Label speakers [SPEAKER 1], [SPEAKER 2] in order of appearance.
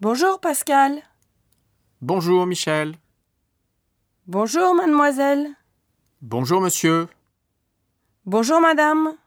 [SPEAKER 1] Bonjour Pascal.
[SPEAKER 2] Bonjour Michel.
[SPEAKER 1] Bonjour mademoiselle.
[SPEAKER 2] Bonjour monsieur.
[SPEAKER 1] Bonjour madame.